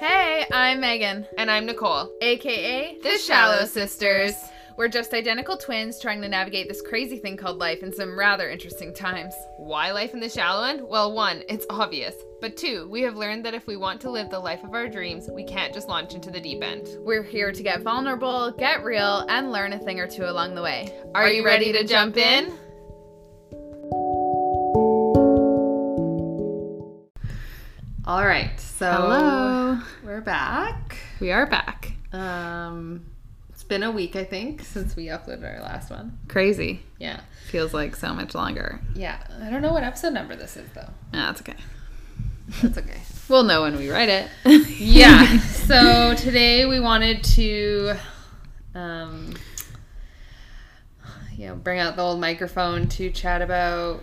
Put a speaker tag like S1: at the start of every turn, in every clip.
S1: I'm Megan,
S2: And I'm Nicole.
S1: aka
S2: The Shallow
S1: Sisters. We're just identical twins trying to navigate this crazy thing called life in some rather interesting times.
S2: Why life in the shallow end? Well, one, it's obvious. But two, we have learned that if we want to live the life of our dreams, we can't just launch into the deep end.
S1: We're here to get vulnerable, get real, and learn a thing or two along the way.
S2: Are, you ready, to jump in?
S3: All right, so
S2: Hello.
S3: we're back.
S2: We are back.
S3: Um, it's been a week, I think, since we uploaded our last one.
S2: Crazy.
S3: Yeah,
S2: Feels like so much longer.
S3: yeah. I don't know what episode number this is though.
S2: That's okay.
S3: That's okay.
S2: We'll know when we write it.
S3: yeah. So today we wanted to, um, you know, bring out the old microphone to chat about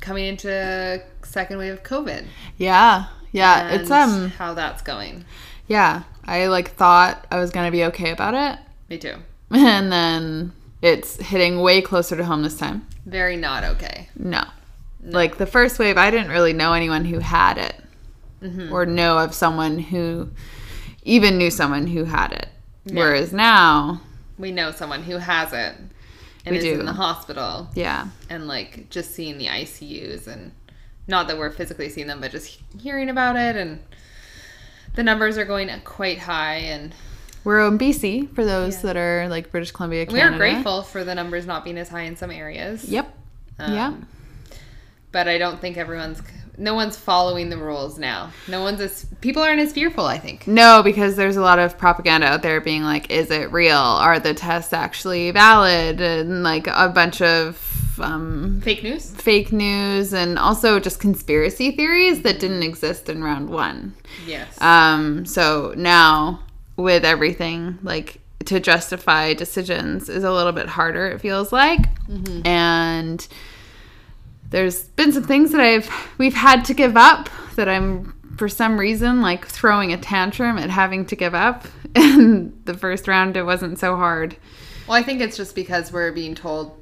S3: coming into second wave of COVID.
S4: Yeah. Yeah, it's
S3: and
S4: um
S3: how that's going.
S4: yeah, I like thought I was going to be okay about it
S3: Me too.
S4: and then it's hitting way closer to home this time.
S3: Very not okay.
S4: No. Like the first wave, I didn't really know anyone who had it
S3: Mm-hmm.
S4: or know of someone who even knew someone who had it. Whereas now,
S3: we know someone who has it and
S4: We
S3: is
S4: do.
S3: in the hospital
S4: yeah.
S3: and like just seeing the ICUs and not that we're physically seeing them, but just he- hearing about it and the numbers are going quite high and
S4: We're in BC for those that are like British Columbia,
S3: we are
S4: Canada.
S3: grateful for the numbers not being as high in some areas.
S4: Yep. yeah.
S3: Um, But I don't think everyone's no one's following the rules now. No one's as people aren't as fearful, I think.
S4: No, because there's a lot of propaganda out there being like, is it real? Are the tests actually valid? And like a bunch of um,
S3: Fake news?
S4: fake news and also just conspiracy theories that didn't exist in round one.
S3: Yes.
S4: Um, so now with everything, like to justify decisions is a little bit harder, it feels like.
S3: Mm-hmm.
S4: And there's been some things that I've we've had to give up that I'm for some reason like throwing a tantrum at having to give up. And the first round it wasn't so hard.
S3: well, I think it's just because we're being told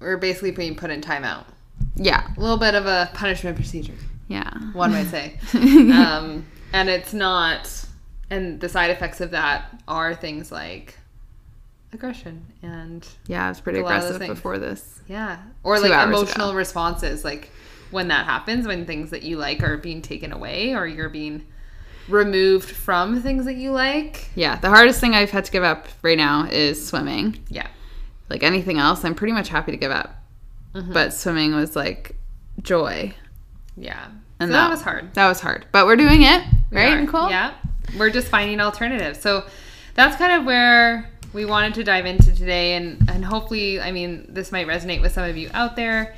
S3: we're basically being put in timeout.
S4: Yeah.
S3: A little bit of a punishment procedure.
S4: Yeah.
S3: one might say. um, and it's not, and the side effects of that are things like aggression and
S4: Yeah, I was pretty
S3: A lot of those
S4: aggressive
S3: things.
S4: before this.
S3: yeah, or
S4: Two
S3: like
S4: hours ago.
S3: emotional responses. Like when that happens, when things that you like are being taken away or you're being removed from things that you like.
S4: Yeah, the hardest thing I've had to give up right now is swimming.
S3: Yeah.
S4: like anything else, I'm pretty much happy to give up.
S3: Mm-hmm.
S4: But swimming was like joy.
S3: Yeah.
S4: And
S3: so that, was hard.
S4: That was hard. But we're doing it,
S3: We
S4: right,
S3: are.
S4: Nicole?
S3: Yeah. We're just finding alternatives. So that's kind of where we wanted to dive into today. And, and hopefully, I mean, this might resonate with some of you out there.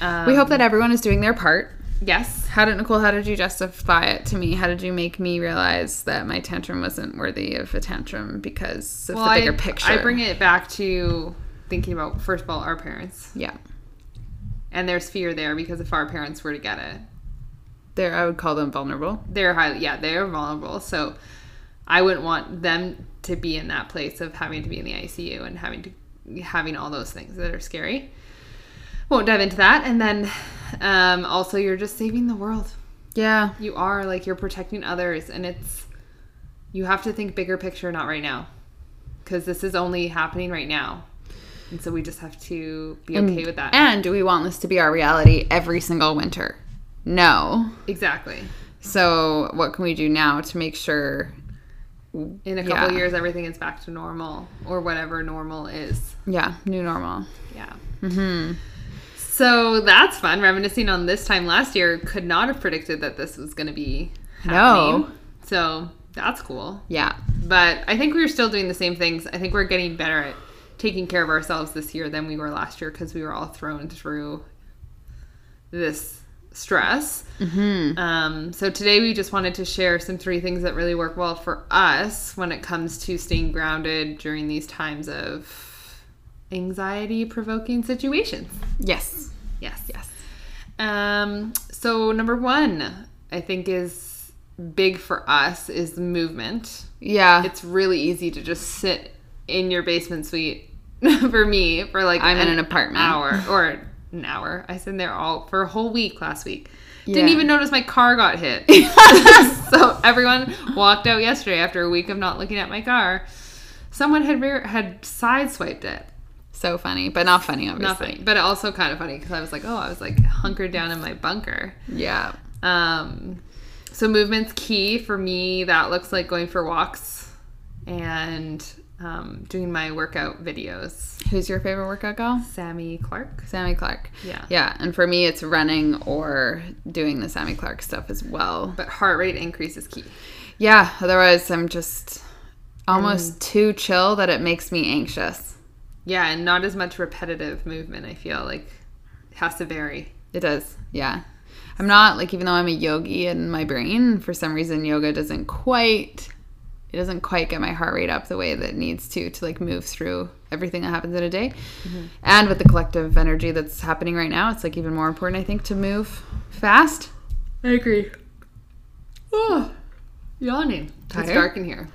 S3: Um,
S4: We hope that everyone is doing their part.
S3: Yes.
S4: How did Nicole? How did you justify it to me? How did you make me realize that my tantrum wasn't worthy of a tantrum because of
S3: Well,
S4: the bigger
S3: I,
S4: picture?
S3: I bring it back to thinking about, first of all, our parents.
S4: Yeah,
S3: And there's fear there because if our parents were to get it,
S4: there. I would call them vulnerable.
S3: they're highly, yeah, they're vulnerable. So I wouldn't want them to be in that place of having to be in the ICU and having to, having all those things that are scary. Won't dive into that. And then um, also, you're just saving the world.
S4: Yeah,
S3: You are like, you're protecting others. And it's, you have to think bigger picture, not right now. Because this is only happening right now. And so we just have to be okay with that.
S4: And do we want this to be our reality every single winter? No.
S3: Exactly.
S4: So what can we do now to make sure?
S3: In a
S4: Yeah.
S3: couple years, everything is back to normal or whatever normal is.
S4: Yeah, new normal. Hmm,
S3: Yeah. Mm-hmm. So that's fun. Reminiscing on this time last year, could not have predicted that this was going to be happening.
S4: No.
S3: So that's cool.
S4: Yeah.
S3: But I think we were still doing the same things. I think we're getting better at taking care of ourselves this year than we were last year because we were all thrown through this stress.
S4: Hmm,
S3: Mm-hmm. Um, so today we just wanted to share some three things that really work well for us when it comes to staying grounded during these times of anxiety provoking situations.
S4: Yes.
S3: Yes. Yes. Um, so number one, I think is big for us is movement.
S4: Yeah.
S3: It's really easy to just sit in your basement suite for me for like
S4: I'm in an apartment.
S3: hour or an hour. I sat there all for a whole week last week.
S4: Yeah.
S3: Didn't even notice my car got hit. so everyone walked out yesterday after a week of not looking at my car. Someone had rear, had sideswiped it.
S4: So funny, but not funny, obviously.
S3: Not funny, but also kind of funny because I was like, oh, I was like hunkered down in my bunker.
S4: Yeah.
S3: Um, so movement's key for me. That looks like going for walks and um, doing my workout videos.
S4: Who's your favorite workout girl?
S3: Sammy Clark.
S4: Sammy Clark.
S3: Yeah.
S4: Yeah. And for me, it's running or doing the Sammy Clark stuff as well.
S3: But heart rate increase is key.
S4: Yeah. Otherwise, I'm just
S3: Mm.
S4: almost too chill that it makes me anxious.
S3: Yeah, and not as much repetitive movement. I feel like it has to vary.
S4: It does. Yeah. I'm not like, even though I'm a yogi in my brain, for some reason, yoga doesn't quite. It doesn't quite get my heart rate up the way that it needs to to like move through everything that happens in a day. And with the collective energy that's happening right now, it's like even more important, I think, to move fast.
S3: I agree. Oh, yawning.
S4: Tired?
S3: It's dark in here.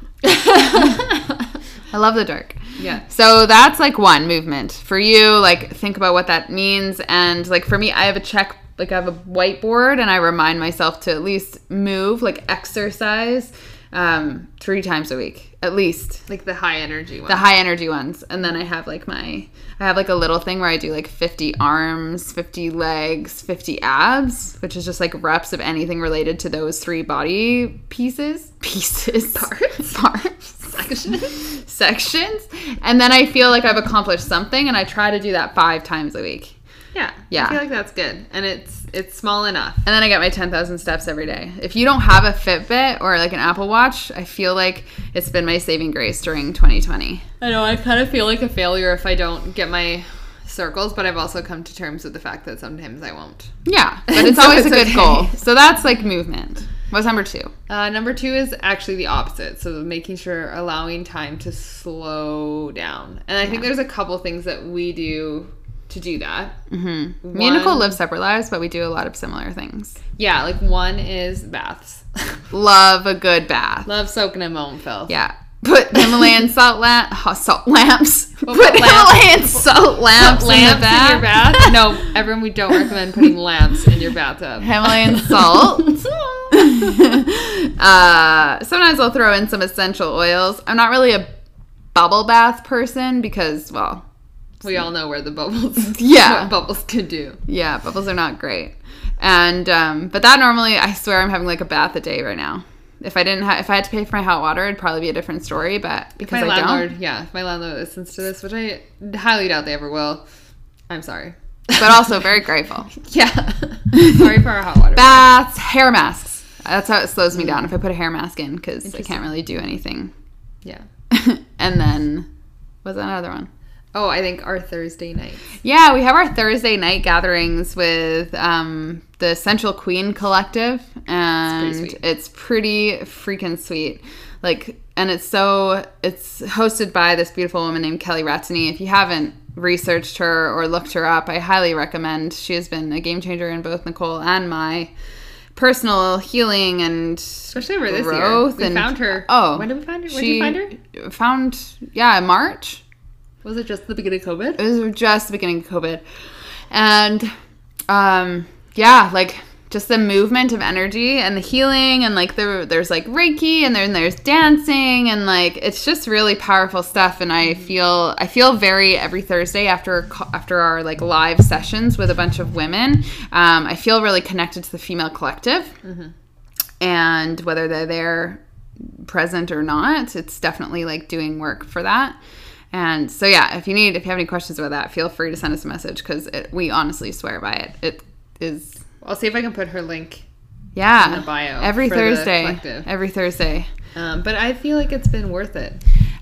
S4: I love the dark.
S3: Yeah.
S4: So that's like one movement for you. Like think about what that means, and like for me, I have a check. Like I have a whiteboard, and I remind myself to at least move, like exercise, um, three times a week at least.
S3: Like the high energy one.
S4: The high energy ones, and then I have like my, I have like a little thing where I do like 50 arms, 50 legs, 50 abs, which is just like reps of anything related to those three body pieces, pieces, parts, parts sections and then i feel like i've accomplished something and i try to do that five times a week
S3: yeah.
S4: Yeah.
S3: I feel like that's good. And it's it's small enough.
S4: and then i get my 10000 steps every day if you don't have a fitbit or like an apple watch i feel like it's been my saving grace during 2020
S3: I know, I kind of feel like a failure if I don't get my circles, but I've also come to terms with the fact that sometimes I won't.
S4: yeah but it's
S3: So
S4: always a
S3: it's
S4: good
S3: okay.
S4: goal so that's like movement what's number two
S3: Uh, number two is actually the opposite. So making sure allowing time to slow down. And I think there's a couple things that we do to do that. Mm-hmm.
S4: me and nicole live separate lives but we do a lot of similar things
S3: Yeah, like one is baths.
S4: love a good bath
S3: Love soaking in my own filth.
S4: yeah Put Himalayan salt lamp, salt lamps. Put,
S3: put lamp-
S4: Himalayan salt lamps,
S3: Lamps
S4: in the bath.
S3: your bath? no, everyone, we don't recommend putting lamps in your bathtub.
S4: Himalayan salt. uh, sometimes I'll throw in some essential oils. I'm not really a bubble bath person because, well,
S3: We all know where the bubbles.
S4: Yeah.
S3: what bubbles could do.
S4: yeah, bubbles are not great. And um, but that normally, I swear, I'm having like a bath a day right now. If I didn't, ha- if I had to pay for my hot water, it'd probably be a different story. But because
S3: my
S4: I
S3: landlord,
S4: don't,
S3: yeah, if my landlord listens to this, which I highly doubt they ever will. I'm sorry.
S4: but also very grateful.
S3: yeah, sorry for our hot water.
S4: Baths, hair masks. That's how it slows me down if I put a hair mask in because I can't really do anything.
S3: yeah.
S4: and then, was that another one?
S3: Oh, I think our Thursday night.
S4: Yeah, we have our Thursday night gatherings with um, the Central Queen Collective, and
S3: sweet.
S4: it's pretty freaking sweet. Like, and it's so it's hosted by this beautiful woman named Kelly Ratney. If you haven't researched her or looked her up, I highly recommend. She has been a game changer in both Nicole and my personal healing and
S3: Especially over this year,
S4: growth
S3: we
S4: and-
S3: found her.
S4: Oh,
S3: when did we find her? When did
S4: she
S3: you find her?
S4: Found yeah, in March
S3: Was it just the beginning of COVID?
S4: it was just the beginning of COVID. And um yeah, like just the movement of energy and the healing and like there there's like Reiki and then there's dancing and like it's just really powerful stuff and I feel I feel very every Thursday after co- after our like live sessions with a bunch of women, um, I feel really connected to the female collective. And whether they're there present or not. It's definitely like doing work for that. And so yeah, if you need if you have any questions about that, feel free to send us a message cuz we honestly swear by it. It is
S3: I'll see if I can put her link.
S4: yeah,
S3: the bio
S4: every
S3: for the
S4: Thursday.
S3: collective.
S4: Every Thursday.
S3: Um, but I feel like it's been worth it.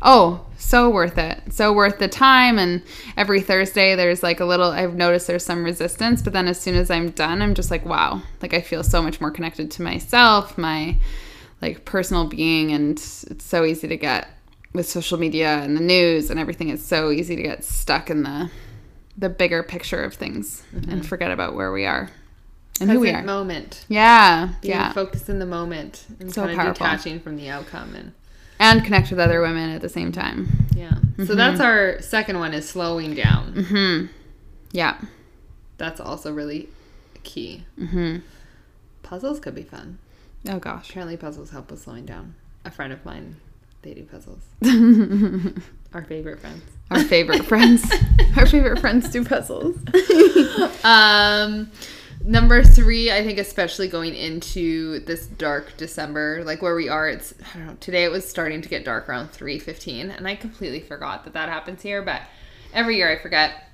S4: Oh, so worth it. So worth the time and every Thursday there's like a little I've noticed there's some resistance, but then as soon as I'm done, I'm just like wow. Like I feel so much more connected to myself, my like personal being and it's so easy to get with social media and the news and everything it's so easy to get stuck in the the bigger picture of things and forget about where we are and who we
S3: Present
S4: are.
S3: moment.
S4: Yeah.
S3: Being
S4: yeah.
S3: focused in the moment and
S4: So
S3: kind of
S4: powerful.
S3: detaching from the outcome and
S4: and connect with other women at the same time. Mm-hmm.
S3: yeah. So that's our second one is slowing down.
S4: Yeah.
S3: That's also really key. Puzzles could be fun.
S4: Mm-hmm. Oh gosh.
S3: Apparently, puzzles help with slowing down. A friend of mine, they do puzzles. Our favorite friends.
S4: Our favorite friends. Our favorite friends do puzzles.
S3: Um, number three, I think especially going into this dark December, like where we are, it's I don't know. Today it was starting to get dark around three fifteen, and I completely forgot that that happens here. But every year I forget.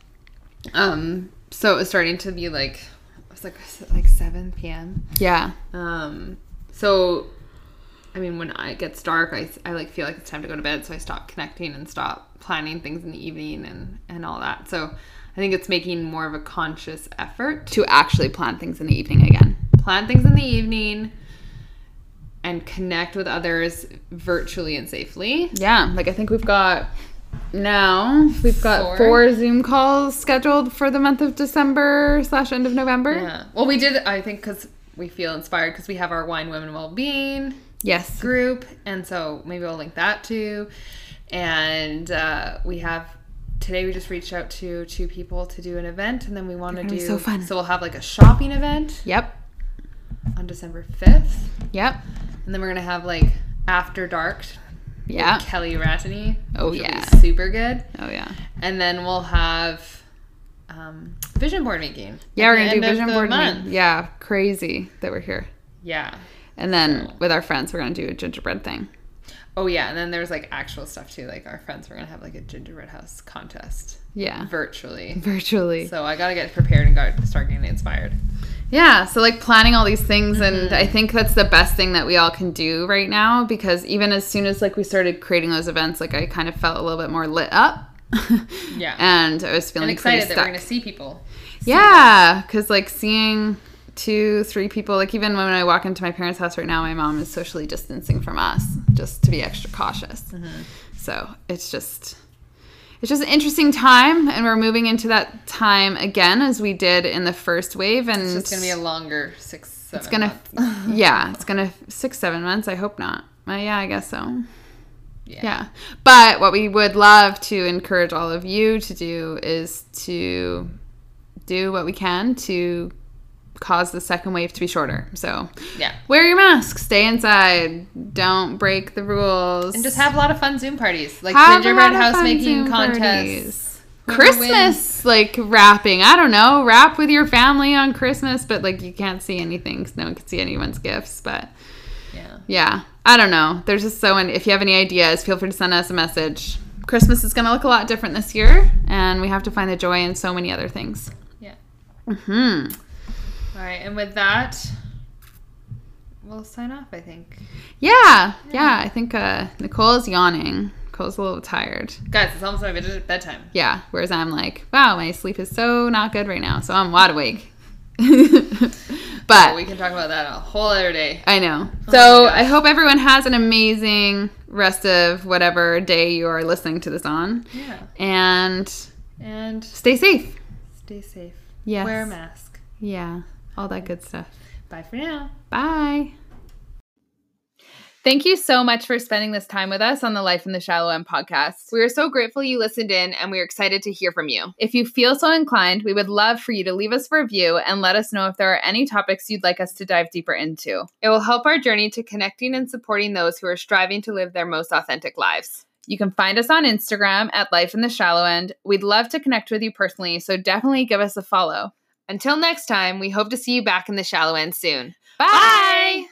S3: Um, so it was starting to be like it was like was it like seven p.m.
S4: Yeah.
S3: Um, so, I mean, when I- it gets dark, I, I like feel like it's time to go to bed, so I stop connecting and stop planning things in the evening and and all that. So, I think it's making more of a conscious effort to
S4: To actually plan things in the evening again.
S3: plan things in the evening and connect with others virtually and safely.
S4: Yeah. Like I think we've got now we've got
S3: Four.
S4: four, Zoom calls scheduled for the month of December slash end of November.
S3: Yeah. Uh, Well, we did. I think because we feel inspired because we have our wine, women, well being.
S4: Yes.
S3: group and so maybe i'll link that too and uh, we have today we just reached out to two people to do an event and then we want to
S4: gonna
S3: do
S4: be so fun.
S3: we'll have like a shopping event
S4: Yep.
S3: on december 5th
S4: Yep.
S3: and then we're gonna have like after dark
S4: Yeah.
S3: kelly ratney
S4: Oh,
S3: which will be
S4: yeah.
S3: super good
S4: Oh yeah.
S3: and then we'll have um, vision board making
S4: Yeah,
S3: at
S4: we're
S3: the
S4: gonna do
S3: end of
S4: vision
S3: the
S4: board. meeting.
S3: month.
S4: Yeah, crazy that we're here.
S3: yeah
S4: And then with our friends, we're gonna do a gingerbread thing.
S3: oh yeah and then there's like actual stuff too like our friends we're gonna have like a gingerbread house contest
S4: Yeah,
S3: virtually
S4: virtually.
S3: So I gotta get prepared and got, start getting inspired.
S4: Yeah, so like planning all these things, and
S3: Mm-hmm.
S4: I think that's the best thing that we all can do right now because even as soon as like we started creating those events, like I kind of felt a little bit more lit up.
S3: Yeah.
S4: and I was feeling
S3: I'm excited
S4: pretty
S3: that we're
S4: stuck.
S3: gonna see people.
S4: Yeah, because like seeing two, three people, like even when I walk into my parents' house right now, my mom is socially distancing from us just to be extra cautious.
S3: Mm-hmm.
S4: So it's just. It's just an interesting time, and we're moving into that time again as we did in the first wave. And
S3: It's just gonna be a longer six. Seven
S4: it's gonna, yeah, it's gonna six seven months. I hope not. Uh, yeah, I guess so.
S3: Yeah.
S4: Yeah. But what we would love to encourage all of you to do is to do what we can to cause the second wave to be shorter. So
S3: Yeah.
S4: wear your mask, stay inside, don't break the rules,
S3: And just have a lot of fun Zoom parties, like
S4: Have a lot
S3: gingerbread
S4: of
S3: house
S4: fun
S3: making
S4: Zoom
S3: contests.
S4: parties.
S3: Whoever wins.
S4: Christmas like wrapping. I don't know. Wrap with your family on Christmas, but like you can't see anything 'cause no one can see anyone's gifts. But
S3: Yeah.
S4: yeah, I don't know. There's just so many. If you have any ideas, feel free to send us a message. Christmas is going to look a lot different this year, and we have to find the joy in so many other things.
S3: Yeah.
S4: Hmm.
S3: All right. And with that, we'll sign off. I think,
S4: Yeah, yeah. I think uh, Nicole is yawning. Nicole's a little tired.
S3: guys, it's almost my bed- bedtime.
S4: Yeah. Whereas I'm like, wow, my sleep is so not good right now, so I'm wide awake.
S3: But
S4: but
S3: we can talk about that a whole other day.
S4: I know.
S3: Oh my
S4: So
S3: gosh.
S4: I hope everyone has an amazing rest of whatever day you are listening to this on,
S3: Yeah.
S4: and
S3: And
S4: stay safe.
S3: stay safe.
S4: Yes.
S3: Wear a mask.
S4: Yeah, all that good stuff.
S3: Bye for now.
S4: Bye.
S2: Thank you so much for spending this time with us on the Life in the Shallow End podcast. We are so grateful you listened in and we are excited to hear from you.
S1: If you feel so inclined, we would love for you to leave us a review and let us know if there are any topics you'd like us to dive deeper into.
S2: It will help our journey to connecting and supporting those who are striving to live their most authentic lives.
S1: You can find us on Instagram at Life in the Shallow End. We'd love to connect with you personally, so definitely give us a follow.
S2: Until next time, we hope to see you back in the shallow end soon.
S1: Bye!
S2: Bye!